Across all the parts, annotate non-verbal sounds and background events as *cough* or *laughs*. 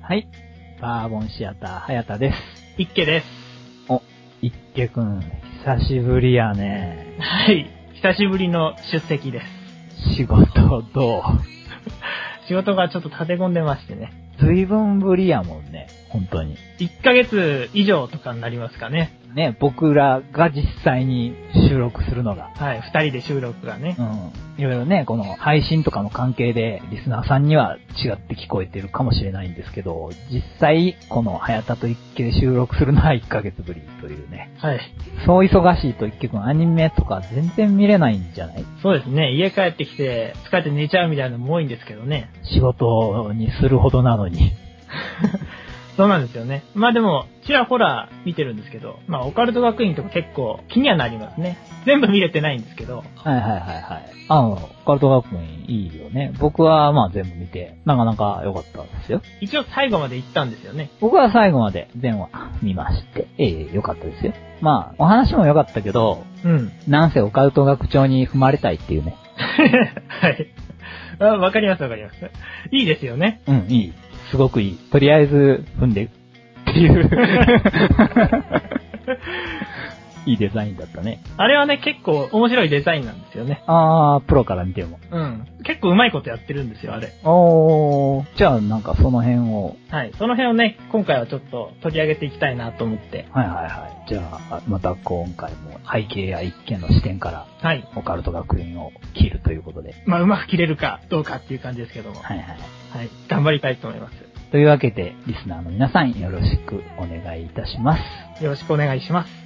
はい。バーボンシアター、早田です。一家です。いっけくん、久しぶりやね。はい。久しぶりの出席です。仕事ど仕事がちょっと立て込んでましてね。う随分ぶりやもんね、本当に。 1ヶ月以上とかになりますかね。ね、僕らが実際に収録するのが。はい。二人で収録がねう。ん。いろいろね、この配信とかの関係で、リスナーさんには違って聞こえてるかもしれないんですけど、実際、この早田と一家で収録するのは1ヶ月ぶりというね。はい。そう忙しいと一家くん、アニメとか全然見れないんじゃないそうですね。家帰ってきて、疲れて寝ちゃうみたいなのも多いんですけど *laughs* ね。仕事にするほどなのに。そうなんですよね。まあでも、ちらほら見てるんですけど、まあオカルト学院とか結構気にはなりますね。全部見れてないんですけど、はいはいはいはい。あの、オカルト学院いいよね。僕はまあ全部見て、なかなか良かったんですよ。一応最後まで行ったんですよね。僕は最後まで全話見まして、ええ良かったですよ。まあ、お話も良かったけど、うん。なんせオカルト学長に踏まれたいっていうね。はい。あわかりますわかります。いいですよね。うん、いい。すごくいい。とりあえず踏んで、っていう。 *laughs* いいデザインだったね。あれはね、結構面白いデザインなんですよね。あー、プロから見ても。うん。結構うまいことやってるんですよ、あれ。おー、じゃあなんかその辺をはい。その辺をね、今回はちょっと取り上げていきたいなと思って。はいはいはい。じゃあ、また今回も背景や一見の視点からはい。オカルト学院を切るということで。まあ、うまく切れるかどうかっていう感じですけども。はいはい。はい。頑張りたいと思います。というわけで、リスナーの皆さんよろしくお願いいたします。よろしくお願いします。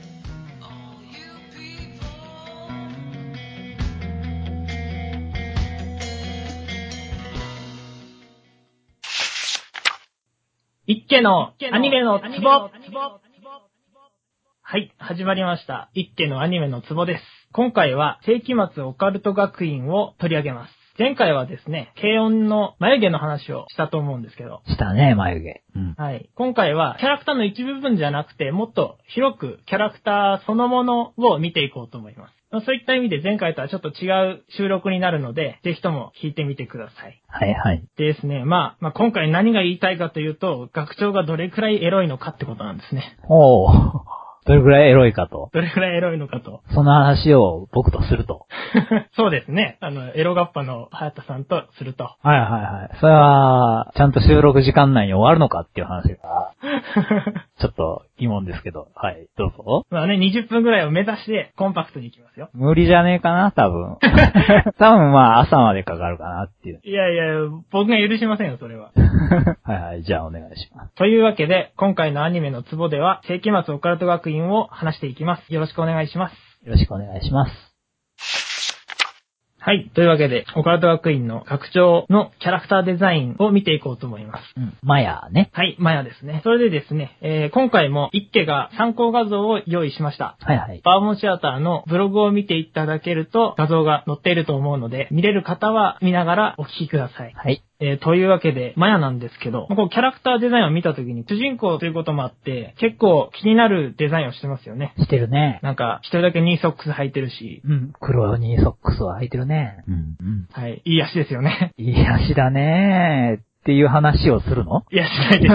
一家のアニメのツボはい、始まりました。一家のアニメのツボです。今回は、世紀末オカルト学院を取り上げます。前回はですね、軽音の眉毛の話をしたと思うんですけど、したね、眉毛。うん。はい。今回は、キャラクターの一部分じゃなくて、もっと広くキャラクターそのものを見ていこうと思います。まあそういった意味で前回とはちょっと違う収録になるので、ぜひとも聞いてみてください。はいはい。でですね、まあ、まあ、今回何が言いたいかというと、学長がどれくらいエロいのかってことなんですね。 *laughs* おー、どれくらいエロいかと。どれくらいエロいのかと。 *laughs* その話を僕とすると。そうですね。あの、エロガッパの早田さんとすると。はいはいはい。それは、ちゃんと収録時間内に終わるのかっていう話 *laughs* が、ちょっと疑問ですけど。はい、どうぞ。まあね、20分くらいを目指してコンパクトに行きますよ。無理じゃねえかな、多 *laughs* 分。多分まあ朝までかかるかなっていう。いやいや、僕が許しませんよ、それは。はいはい、じゃあお願いします。というわけで、今回のアニメのツボでは、世紀末オカルト学院を話していきます。よろしくお願いします。よろしくお願いします。はい。というわけで、オカルト学院の学長のキャラクターデザインを見ていこうと思います。うん、マヤね。はい、マヤですね。それでですね、えー今回も一家が参考画像を用意しました。はいはい。バーモンシアターのブログを見ていただけると画像が載っていると思うので、見れる方は見ながらお聞きください。はい。えーというわけで、マヤなんですけど、こうキャラクターデザインを見たときに、主人公ということもあって、結構気になるデザインをしてますよね。してるね。なんか、一人だけニーソックス履いてるし、うん。黒にソックスは履いてるね。うん。うん。はい、いい足ですよね。 *laughs* いい足だねっていう話をする *laughs* のいや、しないです。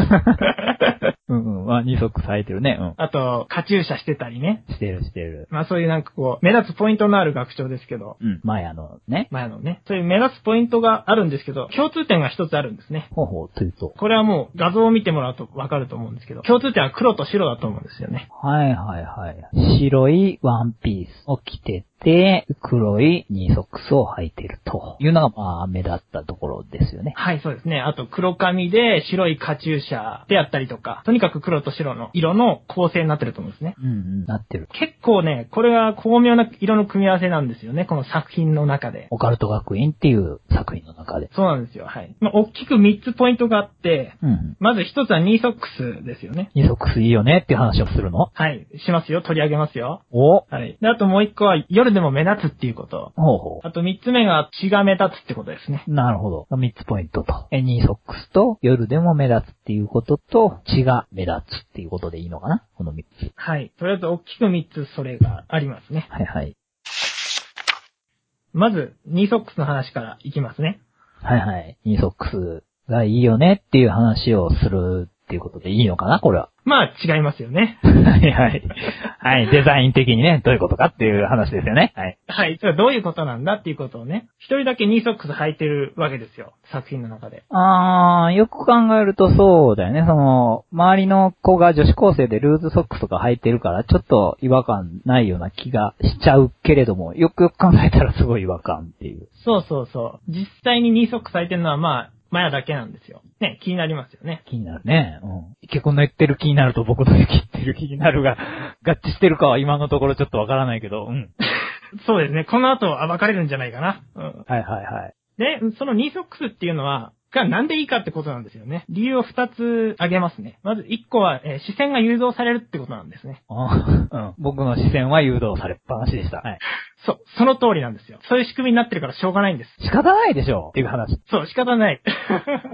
うんうん。あ、ニーソックス履いてるね。うあと、カチューシャしてたりね。ん。してるしてる。まあそういうなんかこう、目立つポイントのある学長ですけど、うん。マヤのね。マヤのね、そういう目立つポイントがあるんですけど、共通点が一つあるんですね。ほうほう、というと。これはもう画像を見てもらうとわかると思うんですけど、共通点は黒と白だと思うんですよね。はいはいはい。白いワンピースを着てて、黒いニーソックスを履いてるというのが、まあ、目立ったところですよね。はい、そうですね。あと、黒髪で白いカチューシャであったりとか、とにかく黒と白の色の構成になってると思うんですね。うんうん。なってる。結構ね、これが巧妙な色の組み合わせなんですよね、この作品の中で。オカルト学院っていう作品の中で。そうなんですよ、はい。まあ、大きく3つポイントがあって、うんうん。まず1つはニーソックスですよね。ニーソックスいいよねっていう話をするのはい、しますよ、取り上げますよ。おほうはい。で、あともう1個は夜でも目立つっていうこと。ほあと3つ目が血が目立つってことですね。う。なるほど。三つポイントと。えニーソックスと夜でも目立つっていうことと、血が目立つっていうことでいいのかなこの三つ。はい。とりあえず大きく3つそれがありますね。はいはい。まず、ニーソックスの話からいきますね。はいはい。ニーソックス。がいいよねっていう話をするっていうことでいいのかなこれは。まあ、違いますよね。 *laughs* はいはい。はい、デザイン的にね、どういうことかっていう話ですよね。はい。 *laughs* はい。それはどういうことなんだっていうことをね、一人だけニーソックス履いてるわけですよ。作品の中で。あー、よく考えるとそうだよね。その、周りの子が女子高生でルーズソックスとか履いてるから、ちょっと違和感ないような気がしちゃうけれども、よくよく考えたらすごい違和感っていう。そうそうそう。実際にニーソックス履いてるのはまあ、マヤだけなんですよ。ね、気になりますよね。気になるね。うん。結婚の言ってる気になると僕の言ってる気になるが、合致してるかは今のところちょっとわからないけど、うん。そうですね。この後暴かれるんじゃないかな。うん。はいはいはい。で、そのニーソックスっていうのは、がなんでいいかってことなんですよね。理由を二つ挙げますね。まず一個は、えー視線が誘導されるってことなんですね。あーうん、僕の視線は誘導されっぱなしでした。はい。そう、その通りなんですよ。そういう仕組みになってるからしょうがないんです。仕方ないでしょうっていう話。そう、仕方 *laughs* ない。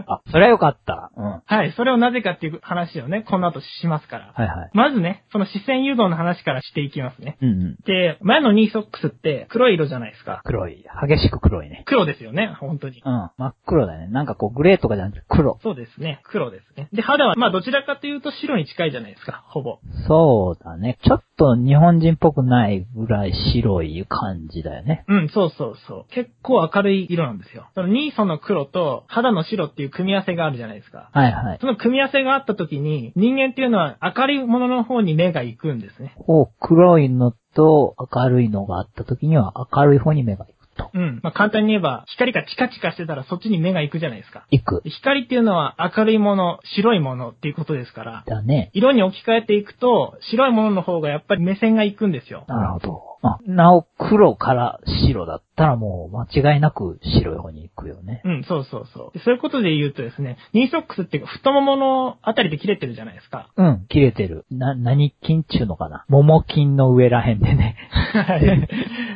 あ、それはよかった。うん。ははい、それをなぜかっていう話をね、この後しますから。いはい。まずね、その視線誘導の話からしていきますね。うんうん。で、前のニーソックスって黒い色じゃないですか。黒い。激しく黒いね。黒ですよね、本当に。うん。真っ黒だね。なんかこう、グレーとかじゃなくて黒。そうですね、黒ですね。で、肌は、まあどちらかというと白に近いじゃないですか、ほぼ。そうだね。ちょっと日本人っぽくないぐらい白い感じだよね。うん、そうそうそう。結構明るい色なんですよ。そのニーソの黒と肌の白っていう組み合わせがあるじゃないですか。はいはい。その組み合わせがあった時に、人間っていうのは明るいものの方に目が行くんですね。こう、黒いのと明るいのがあった時には明るい方に目が行くと。うん。まあ、簡単に言えば、光がチカチカしてたらそっちに目が行くじゃないですか。行く。で光っていうのは明るいもの、白いものっていうことですから、だね。色に置き換えていくと、白いものの方がやっぱり目線が行くんですよ。なるほど。あ、なお黒から白だったらもう間違いなく白い方に行くよね。うん、そうそうそう。でそういうことで言うとですね、ニーソックスって太もものあたりで切れてるじゃないですか。うん、切れてる。な、何筋っちゅうのかな桃筋の上らへんでね。はい。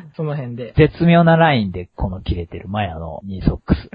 *laughs* その辺で。絶妙なラインでこの切れてるマヤのニーソックス。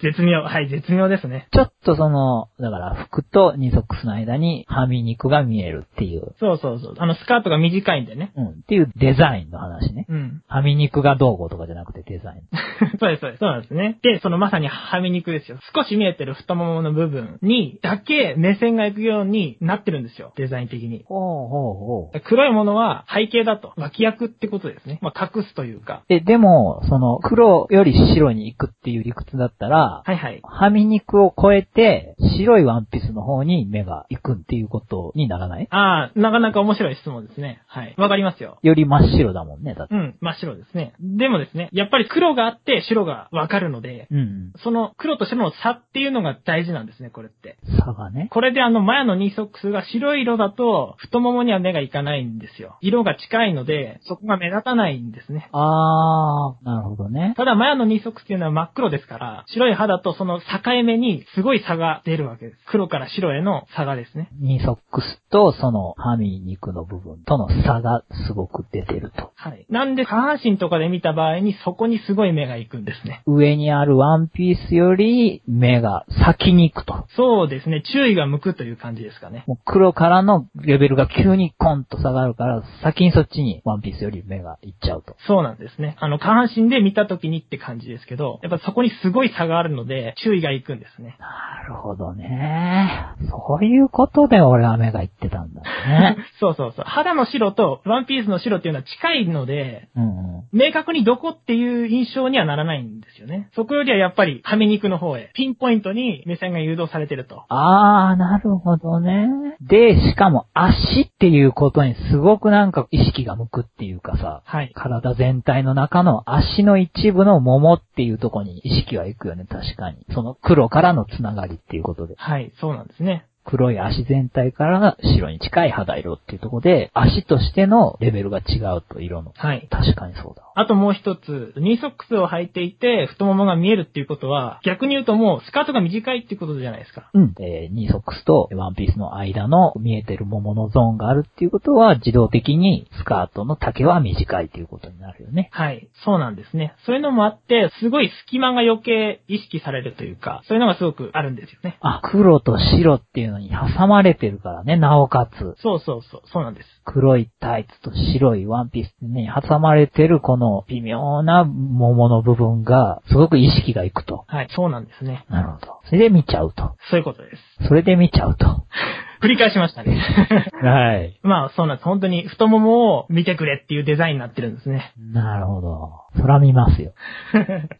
絶妙。はい、絶妙ですね。ちょっとその、だから服とニーソックスの間にはみ肉が見えるっていう、そうそうそう。あの、スカートが短いんでね。うん、っていうデザインの話ね。うん。 *laughs* はみ肉がどうこうとかじゃなくてデザイン。そうです、そうです。そうなんですね。で、そのまさにはみ肉ですよ。少し見えてる太ももの部分にだけ目線が行くようになってるんですよ。デザイン的に。ほうほうほう。黒いものは背景だと。脇役ってことですね。まあ、隠すというか。え、でも、その、黒より白に行くっていう理屈だったら、はいはい。はみ肉を超えて、白いワンピースの方に目が行くっていうことにならないああ、なかなか面白い質問ですね。はい。わかりますよ。より真っ白だもんね、だって。うん、真っ白ですね。でもですね、やっぱり黒があって白がわかるので、うんうん。その黒と白の差っていうのが大事なんですね、これって。差がね。これであの前のニーソックスが白い色だと太ももには目がいかないんですよ。色が近いので、そこが目立たないんですね。あー、なるほどね。ただ、マヤのニーソックスっていうのは真っ黒ですから、白い肌とその境目にすごい差が出るわけです。黒から白への差がですね。ニーソックスとそのハミ肉の部分との差がすごく出てると。はい。なんで、下半身とかで見た場合にそこにすごい目が行くんですね。上にあるワンピースより目が先に行くと。そうですね。注意が向くという感じですかね。もう黒からのレベルが急にコンと下がるから、先にそっちにワンピースより目が行っちゃうと。そうなんですね。あの、下半身で見た時にって感じですけど、やっぱそこにすごい差があるので、注意が行くんですね。なるほどね。そういうことで俺は目が行ってたんだね。 *laughs* そうそうそう。肌の白とワンピースの白っていうのは近いので、うんうん。明確にどこっていう印象にはならないんですよね。そこよりはやっぱり、はみ肉の方へ、ピンポイントに目線が誘導されてると。あー、なるほどね。で、しかも足っていうことにすごくなんか意識が向くっていうかさ、はい。体全体の中の足の一部の桃っていうとこに意識は行くよね、確かに。その黒からのつながりっていうことで。はい、そうなんですね。黒い足全体からが白に近い肌色っていうところで、足としてのレベルが違うと色の。はい。確かにそうだわ。あともう一つ、ニーソックスを履いていて、太ももが見えるっていうことは、逆に言うともう、スカートが短いっていうことじゃないですか。うん。えーニーソックスとワンピースの間の見えてる桃のゾーンがあるっていうことは、自動的にスカートの丈は短いっていうことになるよね。はい。そうなんですね。そういうのもあって、すごい隙間が余計意識されるというか、そういうのがすごくあるんですよね。あ、黒と白っていういうのに挟まれてるからね、なおかつ。そうそうそう、そうなんです。黒いタイツと白いワンピースに挟まれてるこの微妙な桃の部分が、すごく意識がいくと。はい、そうなんですね。なるほど。それで見ちゃうと。そういうことです。それで見ちゃうと。繰り返しましたね。 *laughs* はい。まあ、そうなんです。本当に太ももを見てくれっていうデザインになってるんですね。なるほど。そら見ます *laughs* よ。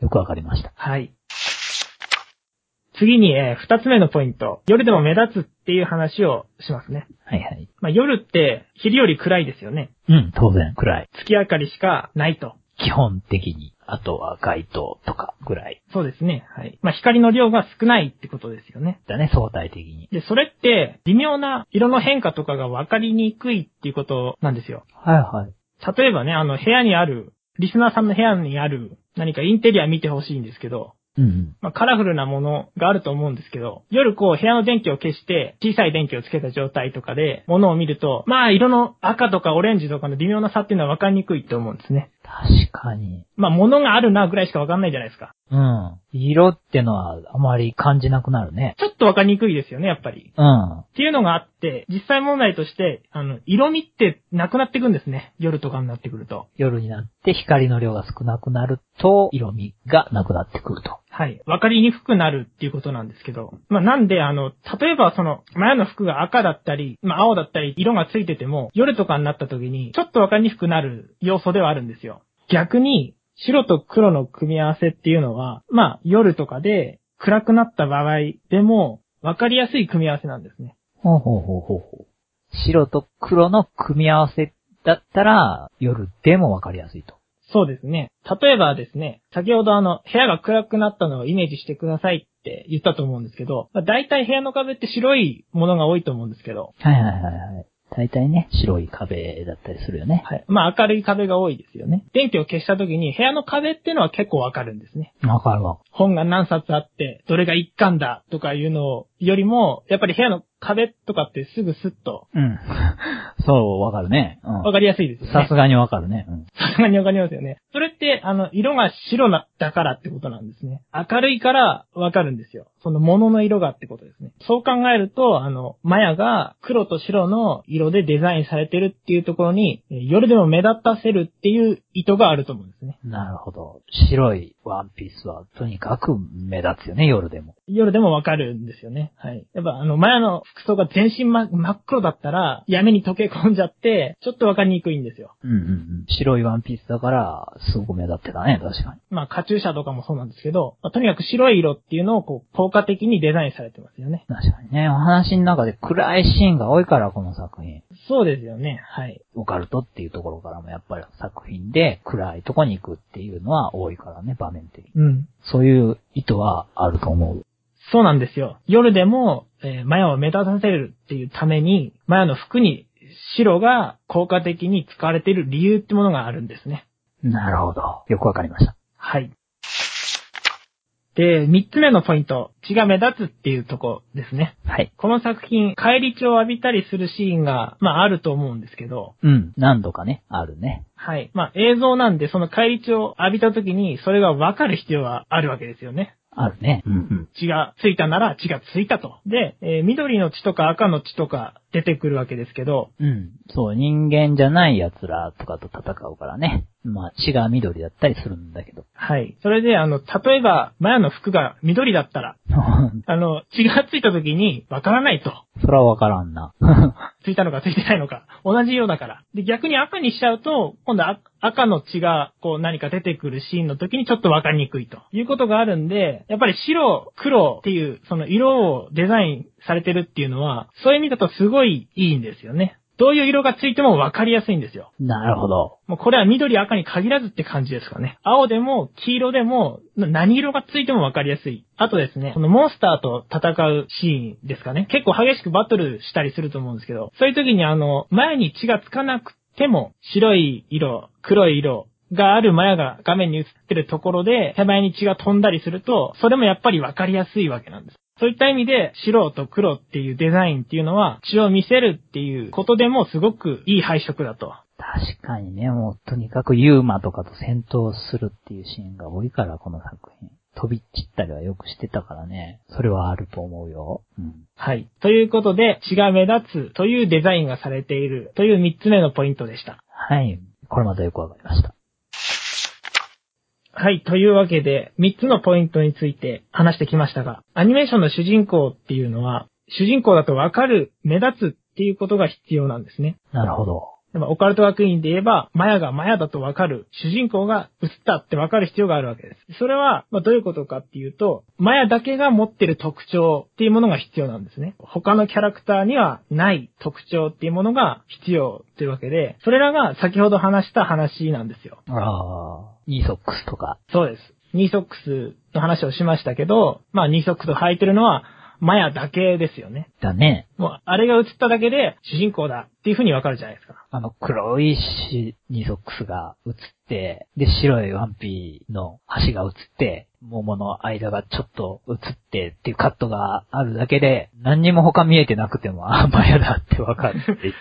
よくわかりました。はい。次に、えー、二つ目のポイント。夜でも目立つっていう話をしますね。はいはい。まあ、夜って昼より暗いですよね。うん、当然、暗い。月明かりしかないと。基本的に。あとは街灯とかぐらい。そうですね。はい。まあ、光の量が少ないってことですよね。だね、相対的に。で、それって微妙な色の変化とかが分かりにくいっていうことなんですよ。はいはい。例えばね、あの部屋にある、リスナーさんの部屋にある何かインテリア見てほしいんですけど、うんまあ、カラフルなものがあると思うんですけど、夜こう部屋の電気を消して小さい電気をつけた状態とかで物を見ると、まあ色の赤とかオレンジとかの微妙な差っていうのは分かりにくいと思うんですね。確かに。まあ物があるなぐらいしか分かんないじゃないですか。うん。色ってのはあまり感じなくなるね。ちょっと分かりにくいですよね、やっぱり。うん。っていうのがあって、実際問題として、あの、色味ってなくなってくんですね。夜とかになってくると。夜になって光の量が少なくなると、色味がなくなってくると。はい。わかりにくくなるっていうことなんですけど。まあ、なんで、あの、例えばその、前の服が赤だったり、まあ、青だったり、色がついてても、夜とかになった時に、ちょっとわかりにくくなる要素ではあるんですよ。逆に、白と黒の組み合わせっていうのは、まあ、夜とかで暗くなった場合でも、わかりやすい組み合わせなんですね。ほうほうほうほうほう。白と黒の組み合わせだったら、夜でもわかりやすいと。そうですね。例えばですね、先ほどあの、部屋が暗くなったのをイメージしてくださいって言ったと思うんですけど、まあ、大体部屋の壁って白いものが多いと思うんですけど、はいはいはいはい。大体ね、白い壁だったりするよね。はい。まあ明るい壁が多いですよね。電気を消した時に部屋の壁っていうのは結構わかるんですね。わかるわ。本が何冊あって、どれが一巻だとかいうのよりも、やっぱり部屋の壁とかってすぐスッとうん。 *laughs* そう、わかるね。うんわかりやすいですよね。さすがにわかるね。うん。さすがにわかりますよね。それって、あの、色が白なだからってことなんですね。明るいからわかるんですよ。その物の色がってことですね。そう考えると、あの、マヤが黒と白の色でデザインされてるっていうところに、え夜でも目立たせるっていう意図があると思うんですね。なるほど。白いワンピースはとにかく目立つよね、夜でも。夜でもわかるんですよね。はい。やっぱあの、マヤの服装が全身ま真っ黒だったら、闇に溶け込んじゃって、ちょっとわかりにくいんですよ。うんうんうん。白いワンピースだから、すごく目立ってたね、確かに。まあ、カチューシャとかもそうなんですけど、まあとにかく白い色っていうのをこう、効果的にデザインされてますよね。確かにね、お話の中で暗いシーンが多いから、この作品。そうですよね。はい。オカルトっていうところからもやっぱり作品で暗いとこに行くっていうのは多いからね、場面的に。うん。そういう意図はあると思う。そうなんですよ。夜でも、えーマヤを目立たせるっていうために、マヤの服に白が効果的に使われている理由ってものがあるんですね。なるほど。よくわかりました。はい。で、三つ目のポイント、血が目立つっていうとこですね。はい。この作品、帰り血を浴びたりするシーンが、まああると思うんですけど、うん。何度かね、あるね。はい。まあ映像なんで、その帰り血を浴びた時に、それがわかる必要はあるわけですよね。あるね。うんうん。血がついたなら血がついたと。で、えー緑の血とか赤の血とか出てくるわけですけど、うん。そう、人間じゃない奴らとかと戦うからね。まあ、血が緑だったりするんだけど。 *laughs* はい。それで、あの、例えば、マヤの服が緑だったら、あの、血がついた時にわからないと。そらわからんな。 *laughs* ついたのかついてないのか。同じようだから。で、逆に赤にしちゃうと、今度あ赤の血が、こう何か出てくるシーンの時にちょっとわかりにくいということがあるんで、やっぱり白、黒っていう、その色をデザインされてるっていうのは、そういう意味だとすごいいいんですよね。どういう色がついてもわかりやすいんですよ。なるほど。もうこれは緑赤に限らずって感じですかね。青でも黄色でもな何色がついてもわかりやすい。あとですね、このモンスターと戦うシーンですかね。結構激しくバトルしたりすると思うんですけど、そういう時にあの、前に血がつかなくても、白い色、黒い色、があるマヤが画面に映ってるところで、手前に血が飛んだりすると、それもやっぱりわかりやすいわけなんです。そういった意味で、白と黒っていうデザインっていうのは、血を見せるっていうことでもすごくいい配色だと確かにね、もうとにかくユーマとかと戦闘するっていうシーンが多いから、この作品。飛び散ったりはよくしてたからね。それはあると思うよ。うん。はい。ということで、血が目立つというデザインがされているという3つ目のポイントでした。はい。これまたよくわかりました。はい。というわけで、3つのポイントについて話してきましたが、アニメーションの主人公っていうのは、主人公だとわかる、目立つっていうことが必要なんですね。なるほど。でもオカルト学院で言えば、マヤがマヤだとわかる、主人公が映ったってわかる必要があるわけです。それは、まあ、どういうことかっていうと、マヤだけが持ってる特徴っていうものが必要なんですね。他のキャラクターにはない特徴っていうものが必要というわけで、それらが先ほど話した話なんですよ。ああ、イーソックスとか。そうです。ニーソックスの話をしましたけど、まあニーソックスを履いてるのは、マヤだけですよね。だね。もう、あれが映っただけで主人公だっていう風にわかるじゃないですか。あの、黒いし、ニーソックスが映って、で、白いワンピーの端が映って、桃の間がちょっと映ってっていうカットがあるだけで、何にも他見えてなくても、あ、マヤだってわかるっていう。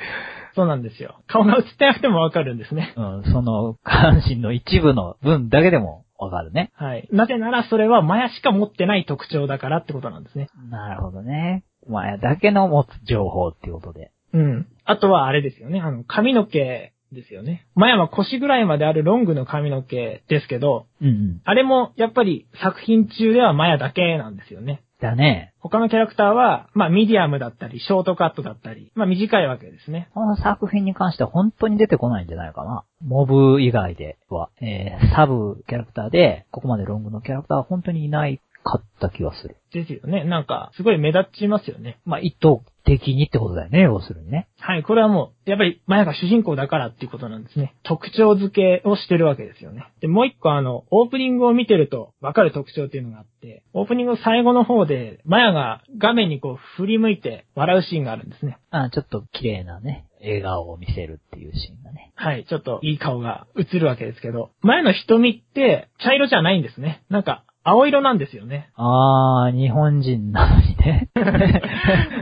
そうなんですよ。顔が映ってなくてもわかるんですね。うん、その、下半身の一部の分だけでもわかるね。はい。なぜならそれはマヤしか持ってない特徴だからってことなんですね。なるほどね。マヤだけの持つ情報っていうことで。うん。あとはあれですよね。あの、髪の毛ですよね。マヤは腰ぐらいまであるロングの髪の毛ですけど、うんうん。あれもやっぱり作品中ではマヤだけなんですよね。だね。他のキャラクターは、まあ、ミディアムだったり、ショートカットだったり、まあ、短いわけですね。この作品に関しては本当に出てこないんじゃないかな。モブ以外では、えー、サブキャラクターで、ここまでロングのキャラクターは本当にいないかった気がする。ですよね。なんか、すごい目立ちますよね。まあ、意図的にってことだよね、要するにね。はい、これはもう、やっぱり、マヤが主人公だからっていうことなんですね。特徴付けをしてるわけですよね。で、もう一個あの、オープニングを見てるとわかる特徴っていうのがあって、オープニングの最後の方で、マヤが画面にこう振り向いて笑うシーンがあるんですね。あーちょっと綺麗なね、笑顔を見せるっていうシーンだね。はい、ちょっといい顔が映るわけですけど、マヤの瞳って茶色じゃないんですね。なんか、青色なんですよね。あー、日本人なのにね。 *laughs*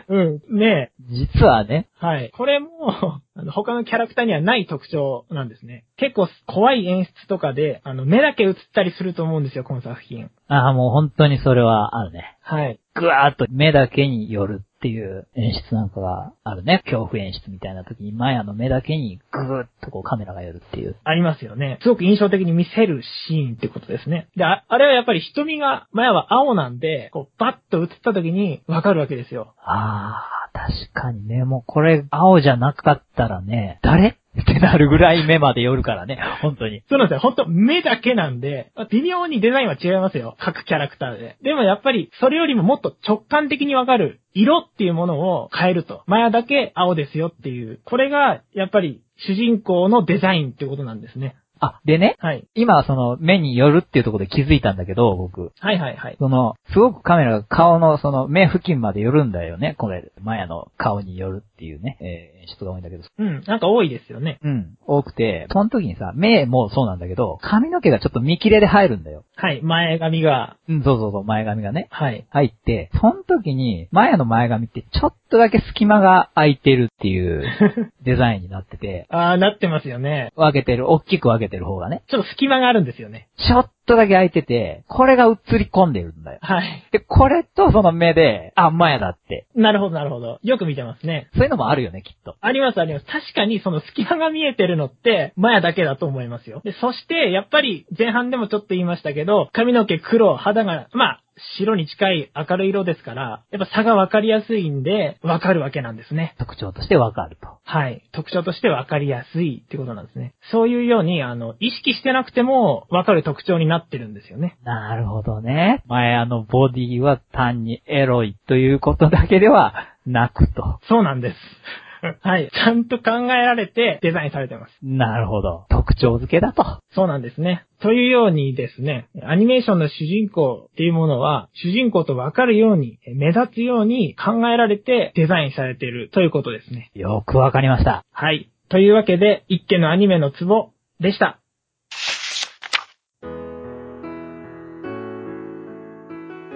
うん、ねえ。実はね、はい。これも、 *laughs* あの、他のキャラクターにはない特徴なんですね。結構怖い演出とかで、あの、目だけ映ったりすると思うんですよ、この作品。あーもう本当にそれはあるね。はい。ぐわーっと目だけによるっていう演出なんかがあるね。恐怖演出みたいな時に、マヤの目だけにぐーっとこうカメラが寄るっていう。ありますよね。すごく印象的に見せるシーンってことですね。で、ああれはやっぱり瞳が、前は青なんで、こう、バッと映った時にわかるわけですよ。あー、確かにね、もうこれ青じゃなかったらね、誰 *laughs* ってなるぐらい目まで寄るからね、本当に。そうなんですよ。ほんと、目だけなんで、微妙にデザインは違いますよ。各キャラクターで。でもやっぱり、それよりももっと直感的にわかる、色っていうものを変えると。マヤだけ青ですよっていう。これが、やっぱり、主人公のデザインってことなんですね。あ、でね、はい。今その目によるっていうところで気づいたんだけど、僕。はいはいはい。その、すごくカメラが顔のその目付近まで寄るんだよね、これ。マヤの顔によるっていうね、えー演出が多いんだけど、うん。なんか多いですよね。うん、多くて、その時にさ、目もそうなんだけど、髪の毛がちょっと見切れで入るんだよ。はい。前髪が、うん、そうそうそう、前髪がね。はい。入って、その時に、前の前髪ってちょっとだけ隙間が空いてるっていう *laughs* デザインになってて、あー、なってますよね。分けてる、大きく分けてる方がね、ちょっと隙間があるんですよね。ちょっとだけ空いてて、これが映り込んでるんだよ。はい。で、これとその目で、あ、前だって。なるほど、なるほど。よく見てますね。そういうのもあるよね、きっと。あります、あります。確かにその隙間が見えてるのって、マヤだけだと思いますよ。で、そして、やっぱり前半でもちょっと言いましたけど、髪の毛黒、肌が、まあ、白に近い明るい色ですから、やっぱ差がわかりやすいんで、わかるわけなんですね。特徴として分かると。はい。特徴としてわかりやすいってことなんですね。そういうように、あの、意識してなくてもわかる特徴になってるんですよね。なるほどね。前あのボディは単にエロいということだけではなくと。そうなんです。 *laughs* はい。ちゃんと考えられてデザインされてます。なるほど。特徴付けだと。そうなんですね。というようにですね、アニメーションの主人公っていうものは、主人公とわかるように、目立つように考えられてデザインされているということですね。よくわかりました。はい。というわけで、一家のアニメのツボでした。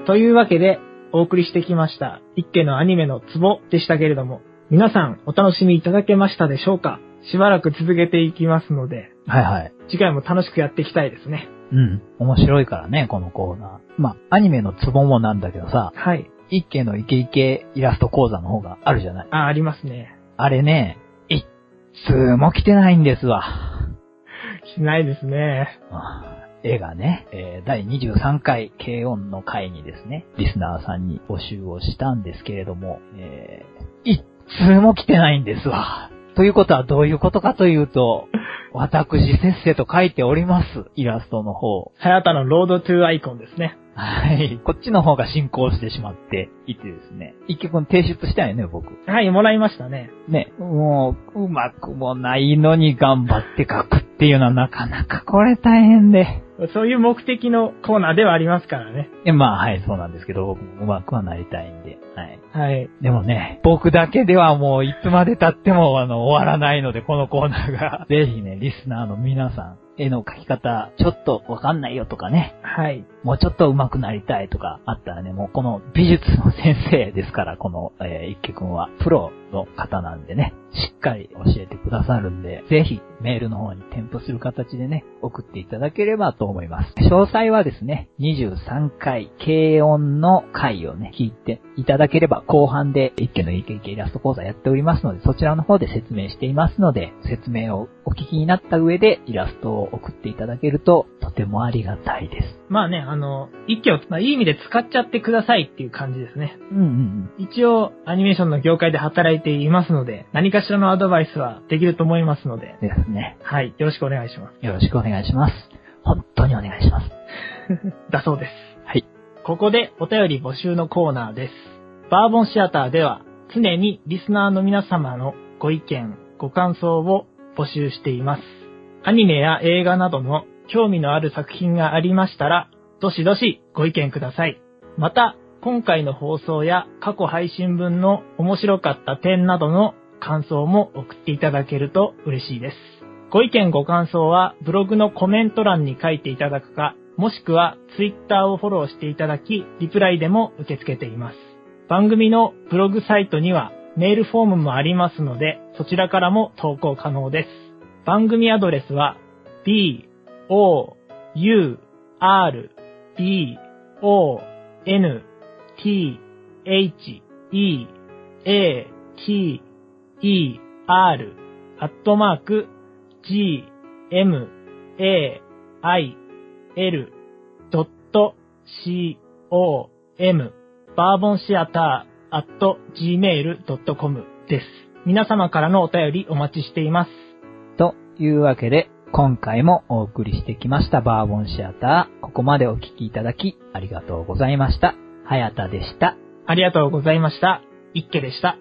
というわけで、お送りしてきました、一家のアニメのツボでしたけれども、皆さんお楽しみいただけましたでしょうかしばらく続けていきますので、はいはい。次回も楽しくやっていきたいですね。ううん。面白いからね、このコーナー。まあ、アニメのツボもなんだけどさ、はい。一家のイケイケイラスト講座の方があるじゃない。あ、ありますね。あれね、一通も来てないんですわ。しないですね。あー絵がね、えー第23回、軽音の回にですね、リスナーさんに募集をしたんですけれども、えー一通も来てないんですわ。ということはどういうことかというと、私せっせと書いております、イラストの方。早田のロードトゥーアイコンですね。はい。こっちの方が進行してしまっていてですね。一曲提出したよね、僕。はい、もらいましたね。ね。もう、うまくもないのに頑張って書くっていうのはなかなかこれ大変で。そういう目的のコーナーではありますからね。え、まあ、はい、そうなんですけど、僕もうまくはなりたいんで、はい。はい。でもね、僕だけではもういつまで経っても、あの、終わらないので、このコーナーが。ぜひね、リスナーの皆さん、絵の描き方、ちょっとわかんないよとかね、はい。もうちょっと上手くなりたいとかあったらね、もうこの美術の先生ですから、この、えー、一輝くんは、プロの方なんでね、しっかり教えてくださるんで、ぜひメールの方に添付する形でね、送っていただければと思います。詳細はですね、23回、軽音の回をね、聞いていただければ、後半で一輝のイケイケイラスト講座やっておりますので、そちらの方で説明していますので、説明をお聞きになった上で、イラストを送っていただけると、とてもありがたいです。まあね、あの、一挙、まあいい意味で使っちゃってくださいっていう感じですね。うんうんうん。一応、アニメーションの業界で働いていますので、何かしらのアドバイスはできると思いますので、ですね。はい、よろしくお願いします。よろしくお願いします。本当にお願いします。だそうです。はい。ここでお便り募集のコーナーです。バーボンシアターでは常にリスナーの皆様のご意見、ご感想を募集しています。アニメや映画などの興味のある作品がありましたら、どしどしご意見ください。また、今回の放送や過去配信分の面白かった点などの感想も送っていただけると嬉しいです。ご意見ご感想はブログのコメント欄に書いていただくか、もしくはツイッターをフォローしていただき、リプライでも受け付けています。番組のブログサイトにはメールフォームもありますので、そちらからも投稿可能です。番組アドレスは b, o, u, r, b, o, n, t, h, e, a, t, e, r, アットマーク、g, m, a, i, l, c, o, m, バーボンシアター、at gmail.com です。皆様からのお便りお待ちしています。というわけで、今回もお送りしてきましたバーボンシアター。ここまでお聞きいただき、ありがとうございました。早田でした。ありがとうございました。一家でした。